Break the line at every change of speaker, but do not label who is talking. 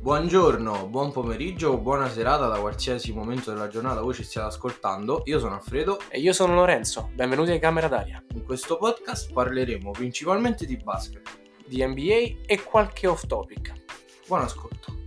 Buongiorno, buon pomeriggio o buona serata da qualsiasi momento della giornata voi ci stiate ascoltando. Io sono Alfredo.
E io sono Lorenzo, benvenuti a Camera d'Aria,
In questo podcast parleremo principalmente di basket.
di NBA e qualche off topic.
Buon ascolto.